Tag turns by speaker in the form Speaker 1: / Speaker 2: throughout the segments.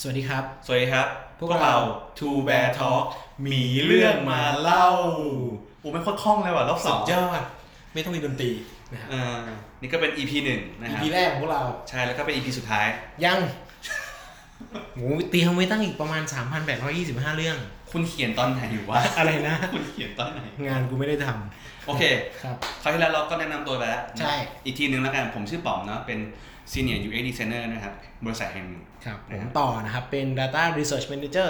Speaker 1: สวัสดีครับ
Speaker 2: สวัสดีครับ
Speaker 1: พ
Speaker 2: พ
Speaker 1: ว
Speaker 2: ว
Speaker 1: ก
Speaker 2: ก
Speaker 1: เรา
Speaker 2: เรา Two Bear Talk หมีเรื่องมาเล่าโอ้ไม่ค่อยคล่องเลยว่ะ รอบสอง
Speaker 1: ยอด ไม่ต้องมีดนตรีนะครับ
Speaker 2: อ่านี่ก็เป็น EP หนึ่งนะครั
Speaker 1: EP
Speaker 2: บ
Speaker 1: แรกของพวกเรา
Speaker 2: ใช่ แล้วก็เป็น EP สุดท้าย
Speaker 1: ยัง หมูตีทำไม่ตั้งอีกประมาณ 3,825 เรื่อง
Speaker 2: คุณเขียนตอนไหนอยู่วะ
Speaker 1: อะไรนะ
Speaker 2: คุณเขียนตอนไหน
Speaker 1: งานกูไม่ได้ท
Speaker 2: โอเค
Speaker 1: ำครับ
Speaker 2: คราวที่แล้วเราก็แนะนำตัวไปแล้วนะ
Speaker 1: ใช่
Speaker 2: อีกทีหนึ่งแล้วกัน ผมชื่อป๋อมเนาะ เป็น Senior UX Designer นะครับ บริษัทแห่งหนึ่ง
Speaker 1: ครับ ผ
Speaker 2: นะ
Speaker 1: ม
Speaker 2: ฮะ
Speaker 1: ต่อนะครับ เป็น Data Research Manager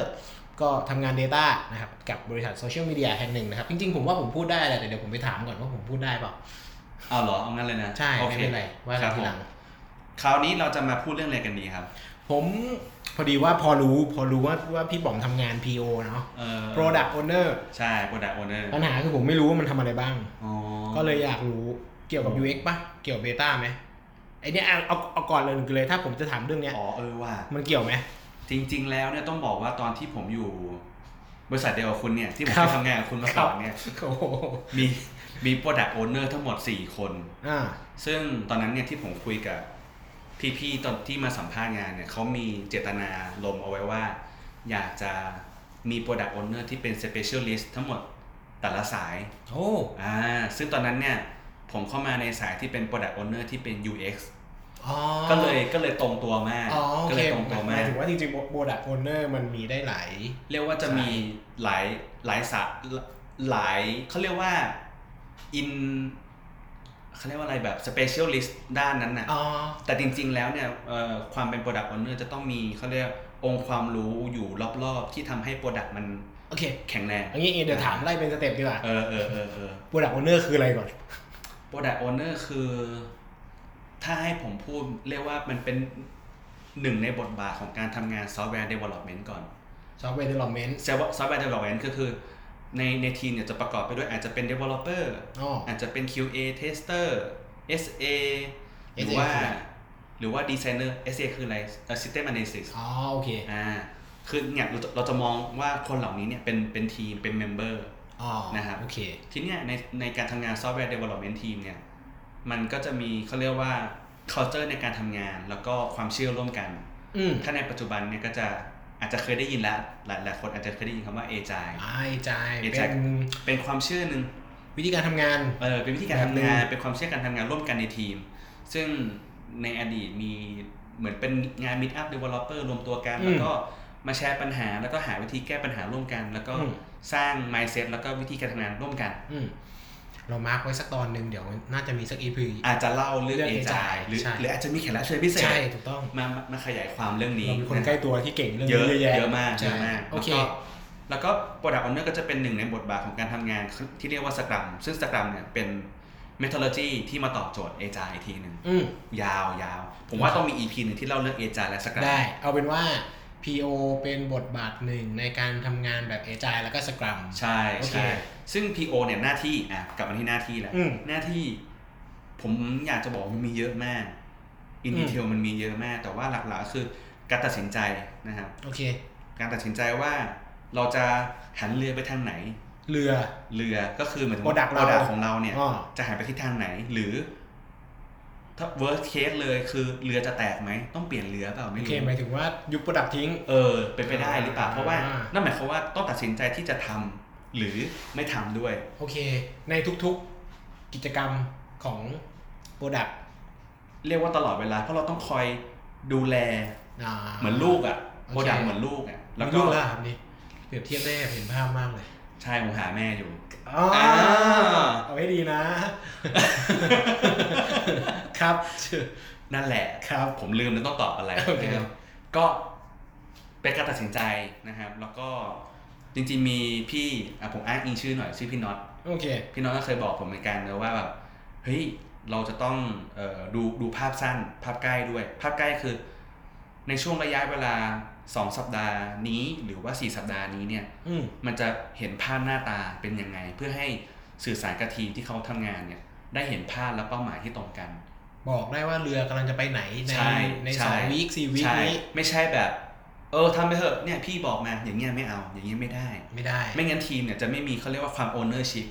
Speaker 1: ก็ทำงาน Data นะครับ กับบริษัทโซเชียลมีเดียแห่งหนึ่งนะครับ จริงๆ ผมว่าผมพูดได้แหละแต่เดี๋ยวผมไปถามก่อนว่าผมพูดได้เปล่า
Speaker 2: เอาเหรอ เอางั้นเลยนะ
Speaker 1: ใช่
Speaker 2: โอ
Speaker 1: ไม่
Speaker 2: เค
Speaker 1: เป็นไร ว่า
Speaker 2: ค
Speaker 1: กั
Speaker 2: รั
Speaker 1: น
Speaker 2: บ
Speaker 1: ที
Speaker 2: ผม
Speaker 1: หลัง
Speaker 2: คราวนี้เราจะมาพูดเรื่องอะไรกันดีครับ
Speaker 1: ผมพอดีว่าพอรู้ พอรู้ว่าว่าพี่บอมทำงาน PO เนาะ
Speaker 2: เอ่อ
Speaker 1: Product Owner
Speaker 2: ใช่ Product Owner
Speaker 1: ปัญหาคือผมไม่รู้ว่ามันทำอะไรบ้าง
Speaker 2: อ๋อ
Speaker 1: ก็เลยอยากรู้เกี่ยวกับ
Speaker 2: อืม
Speaker 1: UX ปะเกี่ยวกับ Beta ไหมไอเนี้ยเอาเอาเอาก่อนเลยเลย ถ้าผมจะถามเรื่องเนี้ย
Speaker 2: อ๋อเออว่ะ
Speaker 1: มันเกี่ยวไหม
Speaker 2: จริง ๆ แล้วเนี่ยต้องบอกว่าตอนที่ผมอยู่บริษัทเดียวกับคุณเนี่ยที่ผม
Speaker 1: ครั
Speaker 2: ไป
Speaker 1: บ
Speaker 2: ทำงานกับคุณมาก่อนเนี่ย
Speaker 1: โอ้โห
Speaker 2: มีมี Product Owner ทั้งหมด 4 คน
Speaker 1: อ่า
Speaker 2: ซึ่งตอนนั้นเนี่ยที่ผมคุยกับพี่ ๆ ตอนที่มาสัมภาษณ์งานเนี่ยเขามีเจตนาลมเอาไว้ว่า อยากจะมี Product Owner ที่เป็น Specialist ทั้งหมดแต่ละสาย
Speaker 1: โอ้
Speaker 2: อ่าซึ่งตอนนั้นเนี่ยผมเข้ามาในสายที่เป็น Product Owner ที่เป็น UX
Speaker 1: อ๋อ
Speaker 2: ก็เลยก็เลยตรงตัวมาก
Speaker 1: อ๋อโอ
Speaker 2: ก็
Speaker 1: เค
Speaker 2: เลยตรงตัวมาม
Speaker 1: หาย
Speaker 2: ก
Speaker 1: ถึงว่าจริงๆ Product Owner มันมีได้หลาย
Speaker 2: เรียกว่าจะมีหลายหลายสาหลายเขาเรียกว่าอินเขาเรียกว่าอะไรแบบสเปเชียลิสต์ด้านนั้นน่ะ
Speaker 1: อ๋อ
Speaker 2: แต่จริง ๆ แล้วเนี่ยเอ่อความเป็น Product Owner จะต้องมีเขาเรียกองค์ความรู้อยู่รอบๆ ที่ทำให้ Product มัน
Speaker 1: โอเค
Speaker 2: แข็งแรง
Speaker 1: อันนี้เดี๋ยวถามไล่เป็นสเต็ปดีกว่า
Speaker 2: เออเออเออเออ
Speaker 1: Product Owner คืออะไรก่อน
Speaker 2: Product Owner คือ ถ้าให้ผมพูดเรียกว่ามันเป็นหนึ่งในบทบาทของการทำงานซอฟต์แวร์ Development ก่อน
Speaker 1: Software Development
Speaker 2: ซอฟต์แวร์ development ก็คือในในทีมเนี่ยจะประกอบไปด้วยอาจจะเป็น developer
Speaker 1: อ๋อ
Speaker 2: อาจจะเป็น QA tester SA หรือ
Speaker 1: SA
Speaker 2: ว่า
Speaker 1: คืออะไร
Speaker 2: หรือว่า designer SA คืออะไรเอ่อ system analysis
Speaker 1: อ๋อโอเค
Speaker 2: อ่าคือเนี่ยเราจะเราจะมองว่าคนเหล่านี้เนี่ยเป็นเป็นทีมเป็น member
Speaker 1: อ๋อ
Speaker 2: นะครับ
Speaker 1: โอเค
Speaker 2: ทีเนี้ยในในการทำงานซอฟต์แวร์ development team เนี่ยมันก็จะมีเขาเรียกว่า culture ในการทำงานแล้วก็ความเชื่อร่วมกัน
Speaker 1: อืม
Speaker 2: ถ้าในปัจจุบันเนี่ยก็จะอาจจะเคยได้ยินแล้วหลายหลายคนอาจจะเคยได้ยินคำว่า agile
Speaker 1: ไอ้ใจาย
Speaker 2: Agile
Speaker 1: เป็น
Speaker 2: เป็นความเชื่อหนึ่ง
Speaker 1: วิธีการทำงาน
Speaker 2: เออเป็นวิธีการทำงาน เป็นความเชื่อการทำงานร่วมกันในทีม ซึ่งในอดีตมีเหมือนเป็นงาน Meet Up Developer รวมตัวกัน
Speaker 1: อืม
Speaker 2: แล้วก็มาแชร์ปัญหา แล้วก็หาวิธีแก้ปัญหาร่วมกัน แล้วก็
Speaker 1: อืม
Speaker 2: สร้าง mindset แล้วก็วิธีการทำงานร่วมกัน
Speaker 1: อืมเรามาร์กไว้สักตอนหนึ่งเดี๋ยวน่าจะมีสัก EP
Speaker 2: อาจจะเล่าเรื่อง
Speaker 1: เรื่
Speaker 2: เอ
Speaker 1: อง
Speaker 2: จาย
Speaker 1: Agile
Speaker 2: หรือ
Speaker 1: ใช่
Speaker 2: หรืออาจจะมีแขกรับเชิญพิเศษ
Speaker 1: ใช่ถูกต้อง
Speaker 2: มามามาขยายความเรื่องนี้
Speaker 1: เรามีคน
Speaker 2: นะ
Speaker 1: ใกล้ตัวที่เก่งเรื่อง
Speaker 2: เยอะ
Speaker 1: นี้เยอะแยะ
Speaker 2: เยอะมากเย
Speaker 1: ใช่
Speaker 2: อะมาก
Speaker 1: โอเค
Speaker 2: แล้วก็แล้วก็ Product Owner ก็จะเป็นหนึ่งในบทบาทของการทำงานที่เรียกว่าสกรัมซึ่งสกรัมเนี่ยเป็น methodology ที่มาตอบโจทย์เอจายอีกทีหนึ่ง
Speaker 1: อืม
Speaker 2: ยาวยาว ผมว่าต้องมี EP หนึ่งที่เล่าเรื่องเอจาและสกรัม
Speaker 1: ได้ เอาเป็นว่า PO เป็นบทบาทหนึ่งในการทำงานแบบเอจายแล้วก็สกรัม
Speaker 2: ใช่
Speaker 1: โอเค
Speaker 2: ใช่ ซึ่ง PO เนี่ยหน้าที่อ่ะกลับมาที่หน้าที่แหละ
Speaker 1: อืม
Speaker 2: หน้าที่ผมอยากจะบอกว่ามันมีเยอะมากอิน
Speaker 1: อืม
Speaker 2: ดีเทลมันมีเยอะมาก แต่ว่าหลักๆก็คือการตัดสินใจนะครับ
Speaker 1: โอเค
Speaker 2: การตัดสินใจว่าเราจะหันเรือไปทางไหน
Speaker 1: เรือ
Speaker 2: เรือก็คือเหมือน
Speaker 1: Product เรา
Speaker 2: Product ของเราเนี่ย
Speaker 1: อ๋อ
Speaker 2: จะหันไปทิศทางไหนหรือ ถ้า worst case เลยคือเรือจะแตกไหมต้องเปลี่ยนเรือเปล่า
Speaker 1: โอ
Speaker 2: ไม่รู้
Speaker 1: เคหมายถึงว่ายุบประดับทิ้ง
Speaker 2: เออเป็นไปได้หรือเปล่า
Speaker 1: อ่า
Speaker 2: เพราะว่านั่นหมายความว่าต้องตัดสินใจที่จะทำหรือไม่ทำด้วย
Speaker 1: โอเค ในทุกๆกิจกรรมของโปรดักต์
Speaker 2: เรียกว่าตลอดเวลาเพราะเราต้องคอยดูแลเหมือนลูกอ่ะ
Speaker 1: โอเค
Speaker 2: โปรดักเหมือนลูกอ่ะ
Speaker 1: แล้
Speaker 2: แล้ว ว
Speaker 1: ก็
Speaker 2: ก็
Speaker 1: แล้วครับนี่เปรียบเทียบได้เห็นภาพมากเลย
Speaker 2: ใช่ผมหาแม่อยู่
Speaker 1: อ๋ออา เอาให้ดีนะ ครับ
Speaker 2: นั่นแหละ
Speaker 1: ครับ
Speaker 2: ผมลืมแล้วต้องตอบอะไร
Speaker 1: โอเค
Speaker 2: นะครับก็เป็นการตัดสินใจนะครับ แล้วก็จริงๆมีพี่อ่ะผมอ้างอิงชื่อหน่อยชื่อพี่น็อต
Speaker 1: โอเค
Speaker 2: พี่น้องก็เคยบอกผมเหมือนกันนะว่าแบบเฮ้ยเราจะต้องเอ่อดูดูภาพสั้น ภาพใกล้ด้วย ภาพใกล้คือ ในช่วงระยะเวลา 2 สัปดาห์นี้หรือว่า 4 สัปดาห์นี้เนี่ย
Speaker 1: อืม
Speaker 2: มันจะเห็นภาพหน้าตาเป็นยังไง เพื่อให้สื่อสารกับทีมที่เขาทำงานเนี่ย ได้เห็นภาพและเป้าหมายที่ตรงกัน
Speaker 1: บอกได้ว่าเรือกำลังจะไปไหนใน
Speaker 2: ใช่
Speaker 1: ใน
Speaker 2: ใช่
Speaker 1: สองวีคสี่วีค
Speaker 2: ใช่
Speaker 1: นี้
Speaker 2: ไม่ใช่แบบ เออทำไปเถอะเนี่ยพี่บอกมาอย่างเงี้ยไม่เอาอย่างเงี้ยไม่ได้
Speaker 1: ไม่ได้
Speaker 2: ไม่งั้นทีมเนี่ยจะไม่มีเขาเรียกว่าความ ownership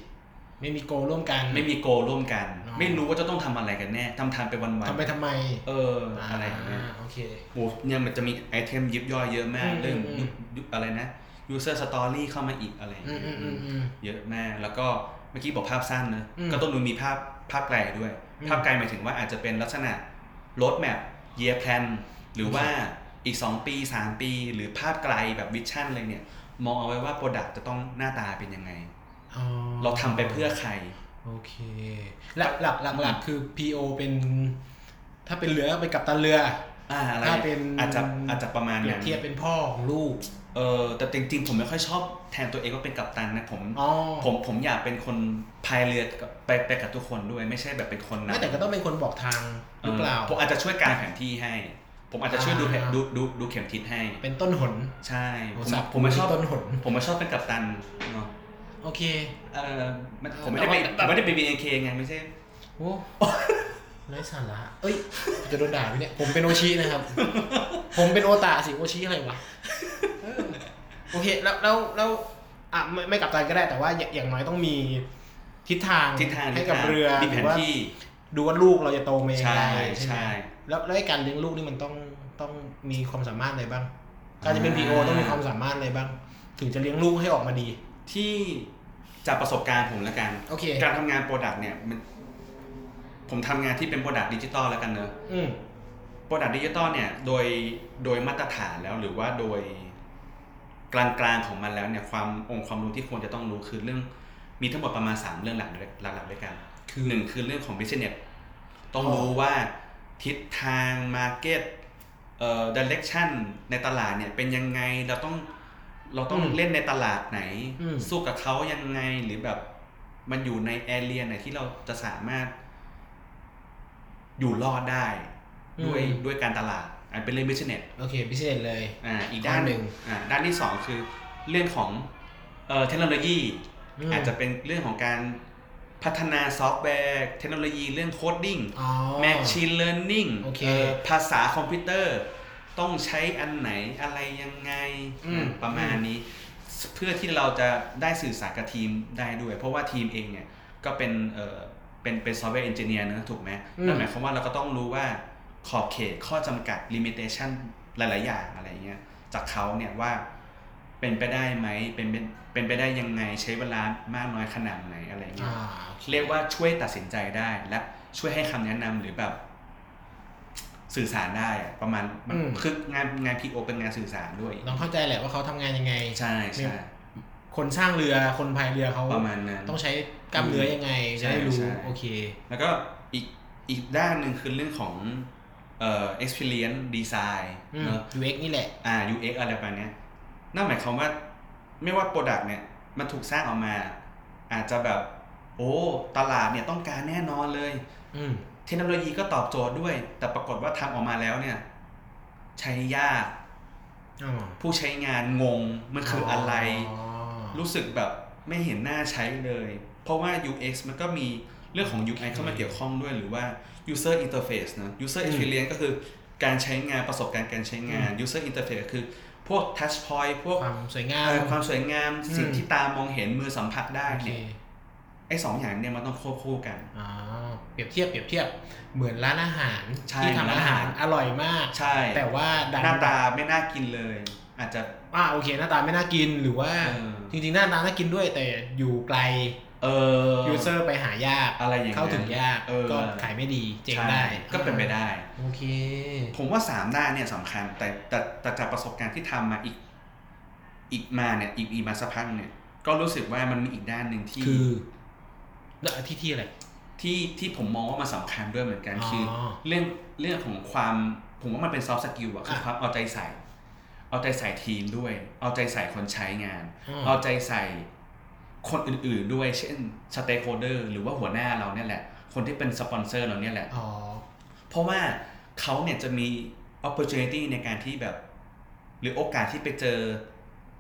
Speaker 1: ไม่มีโกลร่วมกัน
Speaker 2: ไม่มีโกร่วมกัน
Speaker 1: อ๋อ
Speaker 2: ไม่รู้ว่าจะต้องทำอะไรกันแน่ทำทานไปวันวัน
Speaker 1: ทำไปทำไม
Speaker 2: เอออะไรอย่างเงี้ย
Speaker 1: โอเค
Speaker 2: โอ้เนี่ยมันจะมีไอเทมยิบย่อยเยอะมาก
Speaker 1: อืม
Speaker 2: เรื่อง
Speaker 1: อืม
Speaker 2: ยุคยุคอะไรนะ user story เข้ามาอีกอะไรอย่าง
Speaker 1: อื
Speaker 2: เงี้
Speaker 1: ม
Speaker 2: ย
Speaker 1: อืมอืมอืม
Speaker 2: เยอะมากแล้วก็เมื่อกี้บอกภาพสั้นนะ
Speaker 1: อืม
Speaker 2: ก็ต้องดูมีภาพภาพไกลด้วย
Speaker 1: อืม
Speaker 2: ภาพไกลหมายถึงว่าอาจจะเป็นลักษณะ road map year plan หรือว่าอีก 2 ปี 3 ปี หรือภาพไกลแบบวิชั่นเลยเนี่ย มองเอาไว้ว่า Product จะต้องหน้าตาเป็นยังไง
Speaker 1: อ๋อ
Speaker 2: เราทำไปเพื่อใคร
Speaker 1: โอเคหลักหลักหลักหลักคือ PO เป็น ถ้าเป็นเรือก็เป็นกัปตันเรือ
Speaker 2: อ่าอะไร
Speaker 1: ถ้าเป็น
Speaker 2: อาจจะอาจจะประมาณ
Speaker 1: เปรีย
Speaker 2: นั้
Speaker 1: บ
Speaker 2: น
Speaker 1: เทียบเป็นพ่อของลูก
Speaker 2: เออแต่จริงๆ ผมไม่ค่อยชอบแทนตัวเองว่าเป็นกัปตันนะผม
Speaker 1: อ๋อ
Speaker 2: ผมผมอยากเป็นคนพายเรือกับไปไปกับทุกคนด้วยไม่ใช่แบบเป็นคน
Speaker 1: ไม่
Speaker 2: นำ
Speaker 1: แต่ก็ต้องเป็นคนบอกทางหรือเปล่า
Speaker 2: ผมอาจจะช่วยกางแผนที่ให้ ผมอาจจะช่วยดูแผน
Speaker 1: อ่า
Speaker 2: ดูดูดูเข็มทิศให้
Speaker 1: เป็นต้นหน
Speaker 2: ใช่
Speaker 1: โอ้
Speaker 2: ผม
Speaker 1: สับ
Speaker 2: ผมไม่ชอบ
Speaker 1: ต้นหน
Speaker 2: ผมไม่ชอบเป็นกัปตันเนาะ
Speaker 1: โอเค
Speaker 2: เออมันผมไม่ได้ไป
Speaker 1: แต่ว่าแต่
Speaker 2: ผมไม่ได้ไปบีเอเคไงไม่ใช่
Speaker 1: โอ้ไร้สาระเอ้ย จะโดนด่าไหมเนี่ย ผมเป็นโอชินะครับ ผมเป็นโอตาสิโอชิอะไรวะเออโอเค แล้วแล้วแล้วอ่ะไม่ไม่กลับใจก็ได้แต่ว่าอย่างอย่างน้อยต้องมีทิศทาง
Speaker 2: ทิศทาง
Speaker 1: ให้กับเรือ
Speaker 2: มี
Speaker 1: ห
Speaker 2: แผ
Speaker 1: รื
Speaker 2: น
Speaker 1: ว่า
Speaker 2: ที่
Speaker 1: ดูว่าลูกเราจะโตมายังไง
Speaker 2: ใช่
Speaker 1: ใช่ไหม
Speaker 2: ใช่
Speaker 1: แล้วแล้วไอ้การเลี้ยงลูกนี่มันต้องต้องมีความสามารถอะไรบ้าง การจะเป็น
Speaker 2: อ่า
Speaker 1: พีโอต้องมีความสามารถอะไรบ้าง ถึงจะเลี้ยงลูกให้ออกมาดี
Speaker 2: ที่จากประสบการณ์ผมละกัน
Speaker 1: โอเค
Speaker 2: การทำงานโปรดักต์เนี่ยมันผมทำงานที่เป็นโปรดักต์ดิจิตอลแล้วกันเนอะ
Speaker 1: อืม
Speaker 2: โปรดักต์ดิจิตอลเนี่ยโดยโดยมาตรฐานแล้วหรือว่าโดยกลางๆของมันแล้วเนี่ยความองค์ความรู้ที่ควรจะต้องรู้คือเรื่องมีทั้งหมดประมาณ 3 เรื่องหลักหลักๆด้วยกัน คือหนึ่งคือเรื่องของ business ต้องรู้ว่าทิศทาง market เอ่อ direction ในตลาดเนี่ยเป็นยังไงเราต้องเราต้องเล่นในตลาดไหน
Speaker 1: อืม
Speaker 2: สู้กับเขายังไงหรือแบบมันอยู่ในแอเรียไหนที่เราจะสามารถอยู่รอดได้ด้วย
Speaker 1: อืม
Speaker 2: ด้วยการตลาด อันเป็นเรื่อง business
Speaker 1: โอเคพิเศษเลย
Speaker 2: อ่าอีกด้านหนึ่งอ่าด้านที่สองคือเรื่องของเอ่อเทคโนโลยี
Speaker 1: อืม
Speaker 2: อาจจะเป็นเรื่องของการพัฒนาซอฟต์แวร์เทคโนโลยีเรื่องโคดดิ้ง
Speaker 1: อ๋อ
Speaker 2: แมชชีนเลอร์นิ่ง
Speaker 1: โอเค
Speaker 2: ภาษาคอมพิวเตอร์ ต้องใช้อันไหนอะไรยังไง
Speaker 1: อืม
Speaker 2: อ่ะประมาณนี้ เพื่อที่เราจะได้สื่อสารกับทีมได้ด้วย เพราะว่าทีมเองเนี่ยก็เป็นเอ่อเป็นเป็นซอฟต์แวร์เอนจิเนียร์นะถูกไหมนั่นหมายความว่าเราก็ต้องรู้ว่าขอบเขตข้อจำกัดลิมิเตชันหลาย ๆ อย่างอะไรเงี้ยจากเขาเนี่ยว่าเป็นไปได้ไหมเป็นเป็นเป็นไปได้ยังไงใช้เวลามากน้อยขนาดไหนอะไรเงี้ย
Speaker 1: อ่าโอค
Speaker 2: เรียกว่าช่วยตัดสินใจได้และช่วยให้คำแนะนำหรือแบบ สื่อสารได้อะประมาณมัน
Speaker 1: อืม
Speaker 2: คืองานงานพีโอเป็นงานสื่อสารด้วย
Speaker 1: ต้องเข้าใจแหละว่าเขาทำงานยังไง
Speaker 2: ใช่ใช่
Speaker 1: คนสร้างเรือ คนพายเรือเขา
Speaker 2: ประมาณนั้น
Speaker 1: ต้องใช้กล้ามเนื้อยังไงจะ
Speaker 2: ใช่
Speaker 1: ได้รู้
Speaker 2: ใช่
Speaker 1: โอเค
Speaker 2: แล้วก็อีกอีกด้านหนึ่งคือเรื่องของเอ่อ experience design
Speaker 1: อืม
Speaker 2: เนอะ
Speaker 1: UX นี่แหละ
Speaker 2: อ่า UX อะไรประมาณเนี้ยนั่นหมายความว่าไม่ว่า Product เนี่ย มันถูกสร้างออกมา อาจจะแบบ โอ้ ตลาดเนี่ยต้องการแน่นอนเลย
Speaker 1: อืม
Speaker 2: เทคโนโลยีก็ตอบโจทย์ด้วย แต่ปรากฏว่าทำออกมาแล้วเนี่ย ใช้ยาก
Speaker 1: อ๋อ
Speaker 2: ผู้ใช้งานงง มันคืออะไร
Speaker 1: รู้
Speaker 2: รู้สึกแบบไม่เห็นหน้าใช้เลย เพราะว่า UX มันก็มีเรื่องของ UI เข้ามาเกี่ยวข้องด้วยหรือว่า user interface นะ user experience ก็คือการใช้งานประสบการณ์การใช้งาน user interface ก็คือพวก touch point พวก
Speaker 1: ความสวยงาม
Speaker 2: เอ่อความสวยงาม
Speaker 1: อืม
Speaker 2: สิ่งที่ตามองเห็นมือสัมผัสได้
Speaker 1: โอเค
Speaker 2: เนี่ยไอ้สองอย่างเนี่ยมันต้องควบคู่กัน
Speaker 1: อ๋อเปรียบเทียบเปรียบเทียบ เหมือนร้านอาหาร
Speaker 2: ใช่
Speaker 1: ที่ทำ
Speaker 2: ร้าน
Speaker 1: อา
Speaker 2: อา
Speaker 1: หา
Speaker 2: หาร ร
Speaker 1: อร่อยมาก
Speaker 2: ใช่
Speaker 1: แต่ว่าดัน
Speaker 2: หน้าตาไม่น่ากินเลย อาจจะ
Speaker 1: อ่าโอเค หน้าตาไม่น่ากิน หรือว่า
Speaker 2: เออ
Speaker 1: จริงๆ หน้าตาน่ากินด้วย แต่อยู่ไกล
Speaker 2: เออ
Speaker 1: ยูเซอร์ไปหายาก
Speaker 2: อะไรอย่างนั้น
Speaker 1: เข้าถึงยาก
Speaker 2: เออ
Speaker 1: ก็ขายไม่ดี เจ๊ง
Speaker 2: ใช่
Speaker 1: ได้
Speaker 2: ก็เป็นไปได้
Speaker 1: โอเค
Speaker 2: ผมว่าสามด้านเนี่ยสำคัญแต่แต่แต่จากประสบการณ์ที่ทำมาอีก อีกมาเนี่ยอีกอีกมาสักพักเนี่ย ก็รู้สึกว่ามันมีอีกด้านหนึ่งที่
Speaker 1: คือแล้วที่ที่อะไร
Speaker 2: ที่ที่ผมมองว่ามันสำคัญด้วยเหมือนกัน
Speaker 1: อ๋อ
Speaker 2: คือ เรื่องเรื่องของความผมว่ามันเป็นซอฟต์สกิลอะคือ
Speaker 1: ค่ะ
Speaker 2: ความเอาใจใส่ เอาใจใส่ทีมด้วย เอาใจใส่คนใช้งาน
Speaker 1: อืม
Speaker 2: เอาใจใส่คนอื่นๆด้วย เช่นสเต็กโฮเดอร์หรือว่าหัวหน้าเราเนี่ยแหละ คนที่เป็นสปอนเซอร์เราเนี่ยแหละ
Speaker 1: อ๋อ
Speaker 2: เพราะว่าเขาเนี่ยจะมี opportunity ในการที่แบบ หรือโอกาสที่ไปเจอ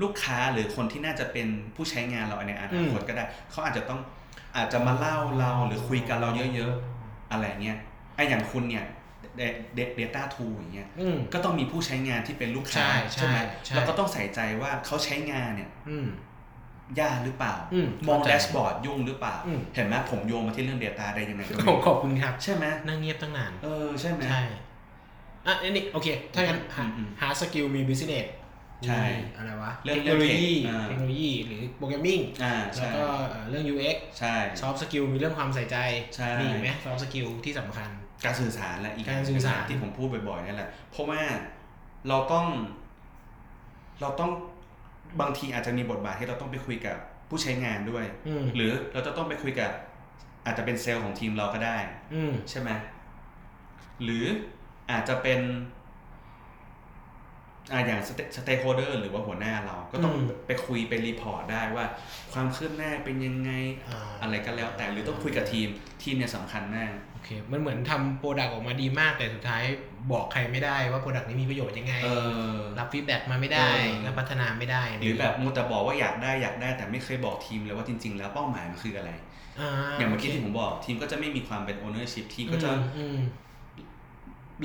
Speaker 2: ลูกค้าหรือคนที่น่าจะเป็นผู้ใช้งานเราในอนาคตก็ได้ เขาอาจจะต้องอาจจะมาเล่าเราหรือคุยกับเราเยอะๆ อะไรเงี้ย ไอะอย่างคุณเนี่ยเดต้าทูอย่างเงี้ย
Speaker 1: อืม
Speaker 2: ก็ต้องมีผู้ใช้งานที่เป็นลูกค้า
Speaker 1: ใช่ใช่
Speaker 2: ไหม
Speaker 1: ใช่
Speaker 2: แล้วก็ต้องใส่ใจว่าเขาใช้งานเนี่ย
Speaker 1: อืม
Speaker 2: ยากหรือเปล่า
Speaker 1: อืม
Speaker 2: มอง
Speaker 1: เข้าใจ
Speaker 2: แดชบอร์ดยุ่งหรือเปล่า
Speaker 1: อืม
Speaker 2: เห็นไหมผมโยงมาที่เรื่อง Data ได้ยังไงก็ไม่
Speaker 1: ขอบ
Speaker 2: รู้
Speaker 1: ขอบคุณครับ
Speaker 2: ใช่ไหม
Speaker 1: นั่งเงียบตั้งนาน
Speaker 2: เออใช่ไหม
Speaker 1: ใช่ อ่ะอันนี่โอเค ถ้างั้นหา
Speaker 2: อืม
Speaker 1: หาสกิลมีบิสเนส
Speaker 2: ใช่
Speaker 1: อะไรวะ
Speaker 2: เรื่อง
Speaker 1: เทคโนโลยี
Speaker 2: เรื่องเทคอ่า
Speaker 1: เทคโนโลยีหรือโปรแกรมมิ่ง
Speaker 2: อ่า
Speaker 1: แล้ว
Speaker 2: ใช่
Speaker 1: ก็เอ่อเรื่อง UX
Speaker 2: ใช่
Speaker 1: ซอฟต์สกิลมีเรื่องความใส่ใจ
Speaker 2: ใช่
Speaker 1: มีอีกไหมซอฟต์สกิลที่สำคัญ
Speaker 2: การสื่อสารและอีก
Speaker 1: การสื่อสาร
Speaker 2: ที่ผมพูดบ่อยๆนี่แหละ เพราะว่าเราต้อง เราต้องบางทีอาจจะมีบทบาทที่เราต้องไปคุยกับผู้ใช้งานด้วย
Speaker 1: อืม
Speaker 2: หรือเราจะต้องไปคุยกับ อาจจะเป็นเซลล์ของทีมเราก็ได้
Speaker 1: อืม
Speaker 2: ใช่ไหมหรืออาจจะเป็นอ่าอย่างสเต a k โฮเดอร์หรือว่าหัวหน้าเรา ก็ต้องไปคุยไปรีพอร์ตได้ว่า ความคืบหน้าเป็นยังไง
Speaker 1: า
Speaker 2: อะไรก็แล้วแต่หรือต้องคุยกับทีมทีมเนี่ยสำคัญมาก
Speaker 1: โอเค มันเหมือนทำโปรดักต์ออกมาดีมากแต่สุดท้ายบอกใครไม่ได้ว่าโปรดักต์นี้มีประโยชน์ยังไง
Speaker 2: เออ
Speaker 1: รับฟีดแบ็กมาไม่ได้
Speaker 2: เออ
Speaker 1: แล้วพัฒนาไม่ได้
Speaker 2: หรือแบบมูแต่บอกว่าอยากได้อยากได้แต่ไม่เคยบอกทีมเลยว่าจริง ๆ แล้วเป้าหมายมันคืออะไร
Speaker 1: อ่า
Speaker 2: อย่างเมื่อกี้ที่ผมบอกทีมก็จะไม่มีความเป็น ownership ทีมก็จะ
Speaker 1: อืมอืม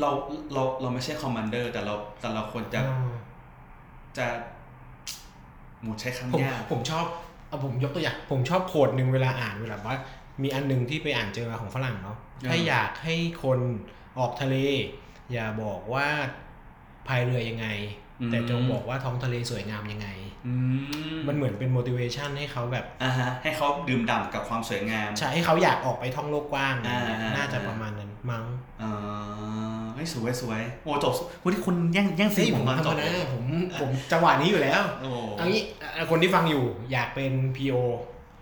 Speaker 2: เราเราเราไม่ใช่ commander แต่เราแต่เราควรจะ
Speaker 1: อ่า
Speaker 2: จะหมูใช้
Speaker 1: ผม
Speaker 2: คำยาก
Speaker 1: ผมชอบเอาผมยกตัวอย่างผมชอบโคดหนึ่งเวลาอ่านเวลาว่า มีอันหนึ่งที่ไปอ่านเจอมาของฝรั่งเนาะ
Speaker 2: อ่า
Speaker 1: ถ้าอยากให้คนออกทะเล อย่าบอกว่าพายเรือยังไง แต่จงบอกว่าท้องทะเลสวยงามยังไง
Speaker 2: อืม
Speaker 1: มันเหมือนเป็น motivation ให้เขาแบบ
Speaker 2: อ่าฮะให้เขาดื่มด่ำกับความสวยงาม
Speaker 1: ใช่ให้เขาอยากออกไปท่องโลกกว้าง
Speaker 2: อ่าอ่า
Speaker 1: น่าจะประมาณนั้นมั้ง
Speaker 2: อ่าเฮ้ยสวยสวยโอ้จบวันที่คุณแย่งแย่งซี
Speaker 1: เฮ้ย
Speaker 2: น
Speaker 1: ผ
Speaker 2: ผม มตอน
Speaker 1: ทำ
Speaker 2: จบ
Speaker 1: มานะผมผมจังหวะนี้อยู่แล้ว
Speaker 2: โอ้
Speaker 1: เอางี้อ่ะคนที่ฟังอยู่อยากเป็น PO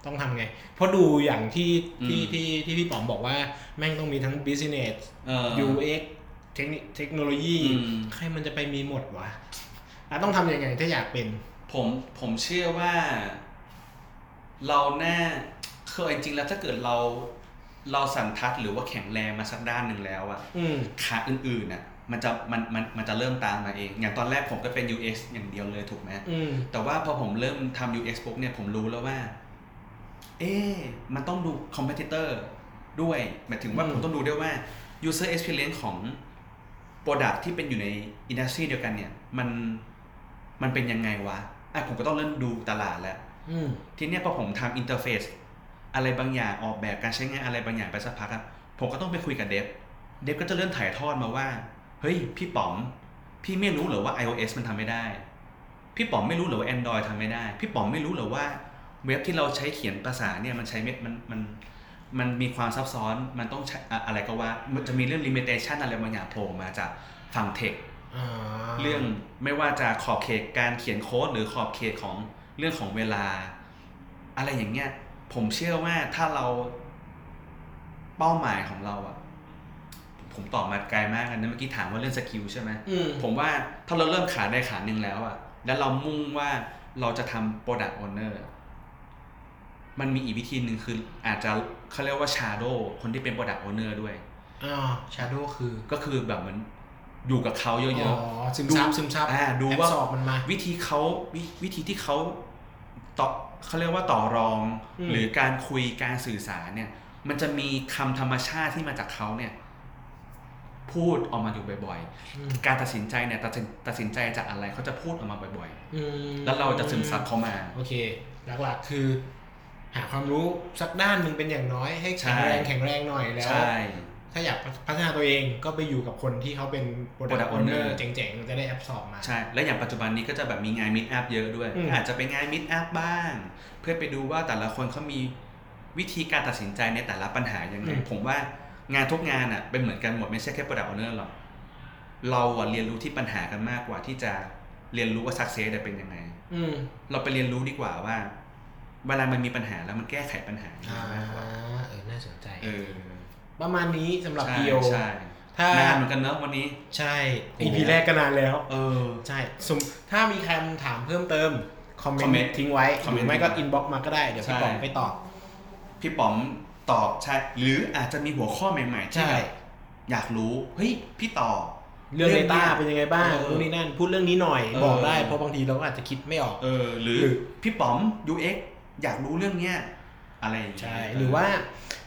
Speaker 1: ต้องทำไง เพราะดูอย่างที่ที่ที่ที่พี่ป๋อมบอกว่าแม่งต้องมีทั้ง business
Speaker 2: เออ
Speaker 1: UX เทคนิคเทคโนโลยี
Speaker 2: อืม
Speaker 1: ใครมันจะไปมีหมดวะอ่ะต้องทำยังไงถ้าอยากเป็น
Speaker 2: ผมผมเชื่อว่า เราแน่าคือจริงๆแล้วถ้าเกิดเราเราสันทัดหรือว่าแข็งแรงมาสักด้านหนึ่งแล้วอะ
Speaker 1: อืม
Speaker 2: ขาอื่นๆน่ะมันจะมันมันมันจะเริ่มตามมาเอง อย่างตอนแรกผมก็เป็น UX อย่างเดียวเลยถูกไหม
Speaker 1: อืม
Speaker 2: แต่ว่าพอผมเริ่มทำ UX ปุ๊บเนี่ยผมรู้แล้วว่า เอ๊ะมันต้องดู competitor ด้วยหมายถึงว่า
Speaker 1: อืม
Speaker 2: ผมต้องดูด้วยว่า user experience ของ product ที่เป็นอยู่ใน industry เดียวกันเนี่ย มันมันเป็นยังไงวะอ่ะผมก็ต้องเริ่มดูตลาดแล้ว
Speaker 1: อืม
Speaker 2: ทีเนี้ยพอผมทำอินเทอร์เฟซอะไรบางอย่างออกแบบการใช้งานอะไรบางอย่างไปสักพักอะผมก็ต้องไปคุยกับเดฟเดฟก็จะเริ่มถ่ายทอดมาว่า เฮ้ย พี่ป๋อม พี่ไม่รู้เหรอว่า iOS มันทำไม่ได้ พี่ป๋อมไม่รู้เหรอว่า Android ทำไม่ได้ พี่ป๋อมไม่รู้เหรอว่าเว็บที่เราใช้เขียนภาษาเนี่ยมันใช้เม็ดมันมันมันมีความซับซ้อนมันต้องใช้อะอะไรก็ว่ามันจะมีเรื่อง limitation อะไรบางอย่างโผล่มาจากฝั่งเทค
Speaker 1: อ่า
Speaker 2: เรื่องไม่ว่าจะขอบเขตการเขียนโค้ดหรือขอบเขตของเรื่องของเวลา อะไรอย่างเงี้ย ผมเชื่อว่าถ้าเราเป้าหมายของเราอะผมตอบมาไกลมากอันนั้นเมื่อกี้ถามว่าเรื่องสกิลใช่ไหม
Speaker 1: อืม
Speaker 2: ผมว่าถ้าเราเริ่มขาได้ขาหนึ่งแล้วอะแล้วเรามุ่งว่าเราจะทำ product owner มันมีอีกวิธีหนึ่งคืออาจจะเขาเรียกว่า shadow คนที่เป็น product owner ด้วย
Speaker 1: อ่าชาโดว์คือ
Speaker 2: ก็คือแบบเหมันอยู่กับเขาเย
Speaker 1: อ๋อ
Speaker 2: อะ
Speaker 1: ซึม
Speaker 2: ดู
Speaker 1: ซับซึมซับ
Speaker 2: อ่าดูว่า
Speaker 1: แอบสอบมันมา
Speaker 2: วิธีเขาววิธีที่เขาต่อเขาเรียกว่าต่อรอง
Speaker 1: อืม
Speaker 2: หรือการคุยการสื่อสารเนี่ย มันจะมีคำธรรมชาติที่มาจากเขาเนี่ย พูดออกมาอยู่บ่อย
Speaker 1: อืม
Speaker 2: ๆ การตัดสินใจเนี่ยตัดสินตัดสินใจจากอะไรเขาจะพูดออกมาบ่อย
Speaker 1: อืม
Speaker 2: ๆ แล้วเราจะซึมซับเขามา
Speaker 1: โอเค หลักๆคือ หาความรู้สักด้านหนึ่งเป็นอย่างน้อยให้แข็งแรง
Speaker 2: ใช่
Speaker 1: แข็งแรงหน่อยแล้ว
Speaker 2: ใช่
Speaker 1: ถ้าอยากพัฒนาตัวเองก็ไปอยู่กับคนที่เขาเป็น
Speaker 2: Product
Speaker 1: product
Speaker 2: Owner
Speaker 1: owner เจ๋งๆ จะได้แอปสอบมา
Speaker 2: ใช่ และอย่างปัจจุบันนี้ก็จะแบบมีงานมิ e อัพเยอะด้วย
Speaker 1: อืม
Speaker 2: อาจจะไปงานมิ e อัพบ้าง เพื่อไปดูว่าแต่ละคนเขามีวิธีการตัดสินใจในแต่ละปัญหายังไง ผมว่างานทุกงานอ่ะเป็นเหมือนกันหมดไม่ใช่แค่ product owner หรอก เราอะเรียนรู้ที่ปัญหากันมากกว่าที่จะเรียนรู้ว่า success อะเป็นยังไง
Speaker 1: อืม
Speaker 2: เราไปเรียนรู้ดีกว่าว่า เวลามันมีปัญหาแล้วมันแก้ไขปัญหายัง
Speaker 1: อ่า
Speaker 2: ไงมากกว่า
Speaker 1: เออ น่าสนใจ
Speaker 2: เออ
Speaker 1: ประมาณนี้สำหรับ
Speaker 2: ใช่
Speaker 1: EO
Speaker 2: ใช่
Speaker 1: ถ้าน
Speaker 2: านเหมือนกันเนอะวันนี้
Speaker 1: ใช่
Speaker 2: โอ้
Speaker 1: EP แรกก็นานแล้ว
Speaker 2: เออ
Speaker 1: ใช่สมถ้ามีคำถามเพิ่มเติม คอมเมน
Speaker 2: comment
Speaker 1: ต์ทิ้งไว้ ห
Speaker 2: comment
Speaker 1: รือไม่ก็
Speaker 2: ทิ้งไว้
Speaker 1: inbox มาก็ได้ เดี๋ยวพี่
Speaker 2: ใช่
Speaker 1: ป๋องไปตอบ
Speaker 2: พี่ป๋อมตอบใช่หรืออาจจะมีหัวข้อใหม่ ๆ ที่
Speaker 1: ใช่
Speaker 2: แบบอยากรู้ เฮ้ย พี่ต่อ
Speaker 1: เรื่อง data
Speaker 2: เรื่องเนี้ย
Speaker 1: เป็นยังไงบ้าง
Speaker 2: เออ
Speaker 1: นู่นนี่นั่น พูดเรื่องนี้หน่อย
Speaker 2: เออ
Speaker 1: บอกได้ เพราะบางทีเราก็อาจจะคิดไม่ออก
Speaker 2: เออ หรือ
Speaker 1: หรือ
Speaker 2: พี่ป๋อม UX อยากรู้เรื่องเนี้ยอะไรอย่างเงี้ย
Speaker 1: ใช่ หรือว่า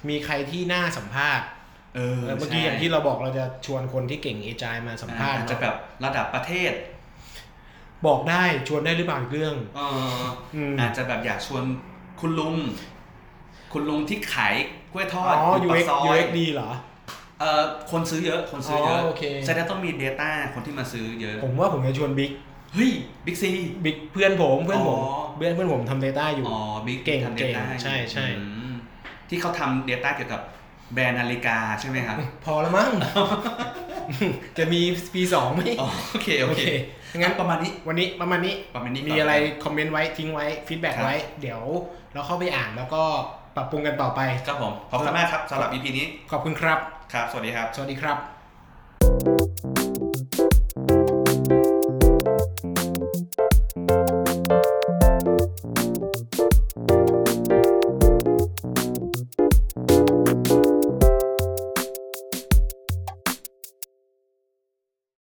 Speaker 1: มีใครที่น่าสัมภาษณ์
Speaker 2: เออ
Speaker 1: เออเมื่อกี้อย่างที่เราบอกเราจะชวนคนที่เก่งเอจายมาสัมภาษณ์
Speaker 2: อาจจะแบบระดับประเทศ
Speaker 1: บอกได้ชวนได้หรือเปล่าอีกเรื่อง
Speaker 2: เอออ
Speaker 1: ม
Speaker 2: อาจจะแบบอยากชวนคุณลุง คุณลุงที่ขายกล้วยท
Speaker 1: อ๋
Speaker 2: อ
Speaker 1: อ
Speaker 2: ด
Speaker 1: UX
Speaker 2: ปากซอย
Speaker 1: UX ดีเหรอ
Speaker 2: เอ่อคนซื้อเยอะคนซื้อเย
Speaker 1: อ๋
Speaker 2: อะ
Speaker 1: อโอเค
Speaker 2: แสดงต้องมี Data คนที่มาซื้อเยอะ
Speaker 1: ผมว่าผมจะชวนบิ๊ก
Speaker 2: เฮ้ยบิ๊กซี
Speaker 1: บิ๊กเพื่อนผมเพื่อนผม
Speaker 2: อ๋อ
Speaker 1: เพื่อนเพื่อนผมทำ Data อยู่
Speaker 2: อ๋อบิ๊ก
Speaker 1: เก่ง
Speaker 2: ทำ
Speaker 1: เก่ง
Speaker 2: Data
Speaker 1: ใช่ใช่
Speaker 2: อืมที่เขาทำ Data เกี่ยวกับแบรนด์นาฬิกาใช่ไหมครับ
Speaker 1: พอแล้ว มั้ง จะมีปีสองไหม
Speaker 2: อ๋อโอเค โอเค
Speaker 1: งั้
Speaker 2: งั้
Speaker 1: น
Speaker 2: นประมาณนี้
Speaker 1: วันนี้ประมาณนี้
Speaker 2: ประมาณนี้
Speaker 1: มี
Speaker 2: ก่น
Speaker 1: อะไรคอมเมนต์ไว้ทิ้งไว้ฟีดแบ็ก
Speaker 2: ครับ
Speaker 1: ไว้ เดี๋ยวเราเข้าไปอ่านแล้วก็ปรับปรุงกันต่อไป
Speaker 2: ครับผม ขอบคุณมากครับสำหรับ EP นี้
Speaker 1: ขอบคุณครับ
Speaker 2: ครับ สวัสดีครับ
Speaker 1: สวัสดีครับ